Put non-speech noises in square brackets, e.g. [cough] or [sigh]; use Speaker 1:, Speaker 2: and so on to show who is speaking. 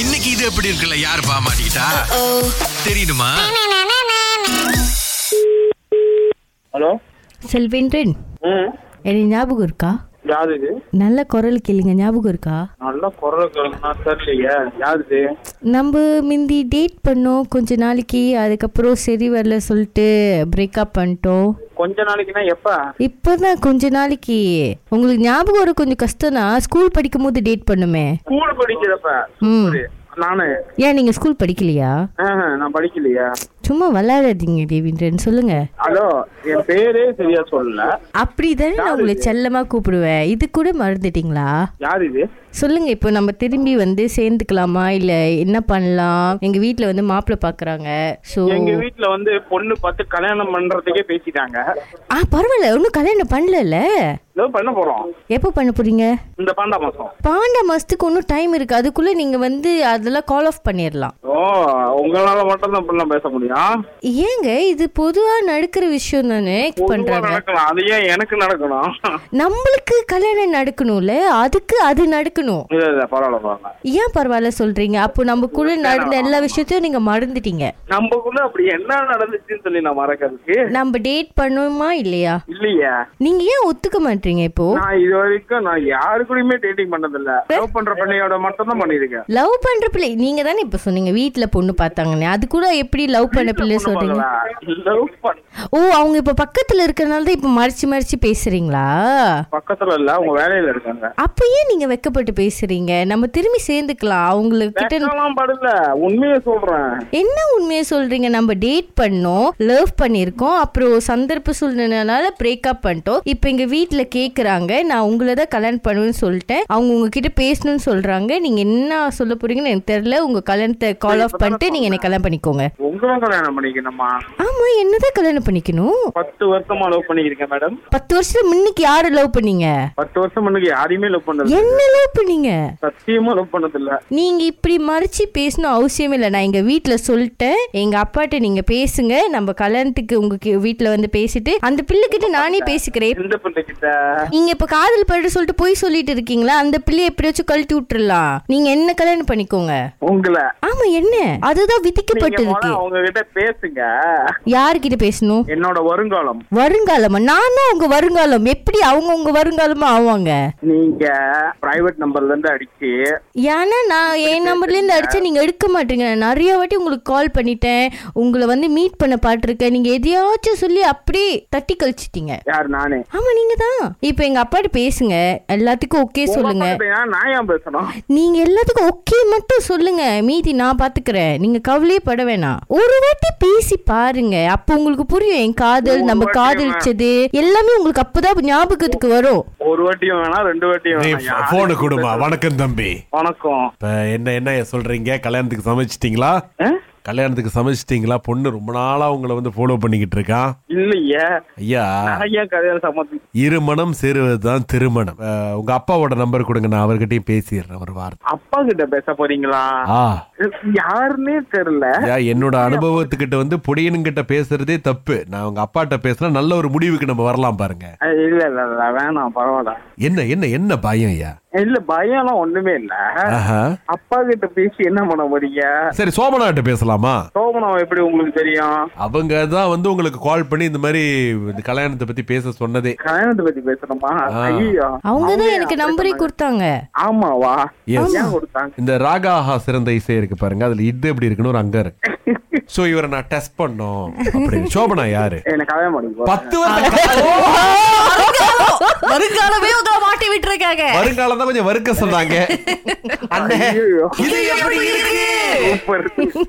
Speaker 1: இன்னைக்கு இது எப்படி இருக்குல்ல யார் பாமாட்டா தெரியுமா
Speaker 2: ஹலோ
Speaker 3: செல்வேந்திரன்
Speaker 2: ம்
Speaker 3: எனக்கு ஞாபகம் இருக்கா
Speaker 2: யாரு இது
Speaker 3: நல்ல குரல் கேளுங்க ஞாபகம் இருக்கா
Speaker 2: நல்லா குரல் கிழங்குனா தெரியலையே யாரு இது
Speaker 3: நம்ம முந்தி டேட் பண்ணோம் கொஞ்ச நாளைக்கு அதுக்கப்புறம் சரி வரல சொல்லிட்டு பிரேக்கப் பண்ணிட்டோம்
Speaker 2: கொஞ்ச நாளைக்குன்னா எப்ப
Speaker 3: இப்போதான் கொஞ்ச நாளைக்கு உங்களுக்கு ஞாபகம் வர கொஞ்சம் கஷ்டம்னா ஸ்கூல் படிக்கும் போது டேட் பண்ணுமே
Speaker 2: ஸ்கூல் படிக்கிறப்ப
Speaker 3: ம்
Speaker 2: நானு
Speaker 3: ஏன் நீங்கள் ஸ்கூல் படிக்கலையா
Speaker 2: ஆஹ், நான் படிக்கலையே
Speaker 3: சும்மா விளையாடாதீங்க தேவின்றன் சொல்லுங்க
Speaker 2: ஹலோ என் பேரே சரியா சொல்லல
Speaker 3: அப்படி தானே நான் உங்களை செல்லமாக கூப்பிடுவேன் இது கூட மறந்துட்டீங்களா
Speaker 2: யார் இது
Speaker 3: சொல்லுங்க இப்போ நம்ம திரும்பி வந்து சேர்ந்துக்கலாமா இல்ல என்ன பண்ணலாம் எங்க வீட்ல வந்து மாப்பிள்ளை பாக்குறாங்க சோ
Speaker 2: எங்க வீட்டுல வந்து பொண்ணு பார்த்து கல்யாணம் பண்றதுக்கே பேசிட்டாங்க
Speaker 3: ஆ பரவாயில்ல ஒன்றும் கல்யாணம் பண்ணலல்ல
Speaker 2: ஏதோ பண்ண போறோம்
Speaker 3: எப்போ பண்ண போறீங்க
Speaker 2: இந்த பாண்டா மாசம்
Speaker 3: பாண்ட மாசத்துக்கு ஒன்றும் டைம் இருக்கு அதுக்குள்ள நீங்க வந்து அதெல்லாம் கால் ஆஃப் பண்ணிடலாம்
Speaker 2: ஓ உங்களால மட்டும் தான் இப்படிலாம் பேச முடியும்
Speaker 3: ஏங்க இது பொதுவா நடக்கிற விஷயம் தானே
Speaker 2: பொதுவா
Speaker 3: பண்றாங்க
Speaker 2: நடக்கலாம் அது ஏன் எனக்கு நடக்கணும்
Speaker 3: நம்மளுக்கு கல்யாணம் நடக்கணும்ல அதுக்கு அது நடக்கணும்
Speaker 2: இல்ல இல்ல பரவாயில்ல பரவாயில்ல
Speaker 3: ஏன் பரவாயில்ல சொல்றீங்க அப்போ நம்ம கூட நடந்த எல்லா விஷயத்தையும் நீங்க மறந்துட்டீங்க
Speaker 2: நம்மக்குள்ள அப்படி என்ன நடந்துச்சுன்னு சொல்லி நான் மறக்கிறதுக்கு
Speaker 3: நம்ம டேட் பண்ணுமா இல்லையா
Speaker 2: இல்லையே
Speaker 3: நீங்க ஏன் ஒத்துக்க மாட்டீங்க இப்போ
Speaker 2: நான் இது வரைக்கும் நான் யாரு கூடயுமே டேட்டிங் பண்ணது இல்ல லவ் பண்ற பிள்ளையோட மட்டும் தான் பண்ணிருக்கேன்
Speaker 3: லவ் பண்ற பிள்ளை நீங்க தானே இப்ப சொன்னீங்க வீட்ல பொண்ணு பார்த்தாங்கன்னு அது கூட எப்படி லவ் பண்ண பிள்ளை சொல்றீங்க
Speaker 2: லவ் பண்ண
Speaker 3: ஓ அவங்க இப்ப பக்கத்துல இருக்கறனால தான் இப்ப மறைச்சு மறைச்சு பேசுறீங்களா
Speaker 2: பக்கத்துல இல்ல அவங்க வேலையில இருக்காங்க
Speaker 3: அப்ப ஏன் நீங்க வெக்கப்பட்டு பேசுறீங்க நம்ம திரும்பி சேர்ந்துக்கலாம் அவங்களுக்கிட்ட
Speaker 2: வெட்கம்லாம் படல உண்மையை சொல்றேன்
Speaker 3: என்ன உண்மையை சொல்றீங்க நம்ம டேட் பண்ணோம் லவ் பண்ணியிருக்கோம் அப்புறம் சந்தர்ப்ப சூழ்நிலைனால பிரேக்கப் பண்ணிட்டோம் இப்போ எங்க வீட்ல கேக்குறாங்க நான் உங்களை தான் கல்யாணம் பண்ணுவேன்னு சொல்லிட்டேன் அவங்க உங்ககிட்ட பேசணும்னு சொல்றாங்க நீங்க என்ன சொல்ல போறீங்கன்னு எனக்கு தெரியல உங்க கல்யாணத்தை கால் ஆஃப் பண்ணிட்டு நீங்க என்னை கல்யாணம் பண்ணிக்கோங்க
Speaker 2: உங்களும் கல்யாணம் பண்ணிக்கணுமா
Speaker 3: ஆமா என்னதான் கல்யாணம் பண்ணிக்கணும்
Speaker 2: பத்து வருஷமா லவ் பண்ணிருக்கேன் மேடம்
Speaker 3: பத்து வருஷம் முன்னுக்கு யாரு லவ் பண்ணீங்க
Speaker 2: பத்து வருஷம் முன்னுக்கு யாரையுமே லவ் பண்ணது இல்ல.
Speaker 3: என்ன லவ் பண்ணீங்க
Speaker 2: சத்தியமா லவ் பண்ணது இல்ல
Speaker 3: நீங்க இப்படி மறைச்சு பேசணும் அவசியம் இல்லை நான் எங்க வீட்ல சொல்லிட்டேன் எங்க அப்பாட்ட நீங்க பேசுங்க நம்ம கல்யாணத்துக்கு உங்க கி- வீட்ல வந்து பேசிட்டு அந்த பிள்ளைகிட்ட நானே பேசிக்கிறேன்
Speaker 2: எந்த பிள்ளைகிட்ட
Speaker 3: நீங்க இப்ப காதல் படுற சொல்லிட்டு போய் சொல்லிட்டு இருக்கீங்களா அந்த பிள்ளைய எப்படியாச்சும் கழட்டி விட்டுறலாம் நீங்க என்ன கல்யாணம் பண்ணிக்கோங்க
Speaker 2: உங்களை
Speaker 3: ஆமா என்ன அதுதான்
Speaker 2: நீங்க
Speaker 3: விதிக்கப்பட்டிருக்கு
Speaker 2: முதல்ல அவங்க கிட்ட பேசுங்க
Speaker 3: யார்கிட்ட பேசணும்
Speaker 2: என்னோட வருங்காலம்
Speaker 3: வருங்காலமா நான் தான் உங்க வருங்காலம் எப்படி அவங்க உங்க வருங்காலமா ஆவாங்க
Speaker 2: நீங்க பிரைவேட் நம்பர்ல இருந்து அடிச்சு
Speaker 3: ஏன்னா நான் என் நம்பர்ல இருந்து அடிச்சா நீங்க எடுக்க மாட்டீங்க நான் நிறைய வாட்டி உங்களுக்கு கால் பண்ணிட்டேன் உங்களை வந்து மீட் பண்ண பாட்டிருக்கேன் நீங்க எதையாச்சும் சொல்லி அப்படியே தட்டி கழிச்சிட்டீங்க
Speaker 2: யார் நானே
Speaker 3: ஆமா நீங்க தான் இப்போ எங்க அப்பாட்ட பேசுங்க எல்லாத்துக்கும் ஓகே சொல்லுங்க
Speaker 2: உங்ககிட்டயா? நான் ஏன் பேசணும்
Speaker 3: நீங்க எல்லாத்துக்கும் ஓகே மட்டும் சொல்லுங்க மீதி நான் பாத்துக்கிறேன் நீங்க கவலையே பட வேணாம் ஒரு வாட்டி பேசி பாருங்க அப்போ உங்களுக்கு புரியும் என் காதல் நம்ம
Speaker 2: ஒரு வாட்டி
Speaker 3: காதலிச்சது எல்லாமே உங்களுக்கு அப்பதான் ஞாபகத்துக்கு வரும்
Speaker 2: ஒரு வாட்டியும் வேணா ரெண்டு வாட்டியும்
Speaker 4: நீ
Speaker 2: வேணா யாரு
Speaker 4: போனு கொடுமா வணக்கம் தம்பி
Speaker 2: வணக்கம்
Speaker 4: இப்ப என்ன என்ன சொல்றீங்க கல்யாணத்துக்கு சமைச்சிட்டீங்களா
Speaker 2: ஆ?
Speaker 4: கல்யாணத்துக்கு சமைச்சிட்டீங்களா பொண்ணு ரொம்ப நாளா உங்களை வந்து ஃபாலோ பண்ணிக்கிட்டு இருக்கான்
Speaker 2: இல்லையே
Speaker 4: ஐயா
Speaker 2: நான் ஏன் கதையில சம்மதி
Speaker 4: இருமணம் சேருவதுதான் திருமணம் அஹ், உங்க அப்பாவோட நம்பர் கொடுங்க நான் அவர்கிட்டயும் பேசிடுறேன் ஒரு வார்த்தை
Speaker 2: அப்பா கிட்ட பேச போறீங்களா
Speaker 4: ஆ
Speaker 2: யாருன்னே தெரியல
Speaker 4: ஐயா என்னோட அனுபவத்துக்கிட்ட வந்து பொடியனுங்கிட்ட பேசுறதே தப்பு நான் உங்க அப்பாட்ட பேசினா நல்ல ஒரு முடிவுக்கு நம்ம வரலாம் பாருங்க
Speaker 2: அஹ் இல்ல இல்ல இல்ல வேணாம் பரவாயில்ல
Speaker 4: என்ன என்ன என்ன பயம் ஐயா
Speaker 2: இல்ல பயம்லாம் ஒண்ணுமே இல்ல
Speaker 4: ஆஹா
Speaker 2: அப்பா கிட்ட பேசி என்ன பண்ண போறீங்க
Speaker 4: சரி சோமனாட்ட பேசலாமா
Speaker 2: சோமனம் எப்படி உங்களுக்கு தெரியும்
Speaker 4: அவங்க தான் வந்து உங்களுக்கு கால் பண்ணி இந்த மாதிரி இந்த கல்யாணத்தை பத்தி பேச சொன்னதே
Speaker 2: கல்யாணத்தை பத்தி பேசணுமா
Speaker 4: ஆ.
Speaker 2: ஐயோ
Speaker 3: அவங்க தான்
Speaker 2: அவங்க
Speaker 3: எனக்கு
Speaker 2: அப்படி
Speaker 3: நம்பரே
Speaker 2: சொன்னாங்க.
Speaker 3: கொடுத்தாங்க
Speaker 2: ஆமாவா
Speaker 4: Yes.
Speaker 2: ஏன் கொடுத்தாங்க
Speaker 4: இந்த ராகாஹா சிறந்த இசை இருக்கு பாருங்க அதுல இது எப்படி இருக்குன்னு ஒரு அங்க இருக்கு சோ இவரை நான் டெஸ்ட் பண்ணோம் அப்படின்னு சோபனா யாரு
Speaker 2: எனக்கு கல்யாணம் பண்ணிக்கோ
Speaker 4: பத்து வருஷம்
Speaker 3: வருங்காலமே உங்களை மாட்டி விட்டுருக்காங்க
Speaker 4: வருங்காலம் தான் கொஞ்சம் வறுக்க சொன்னாங்க அண்ணே
Speaker 2: ஐயோ
Speaker 4: இது எப்படி இருக்கு
Speaker 2: [laughs] சூப்பர்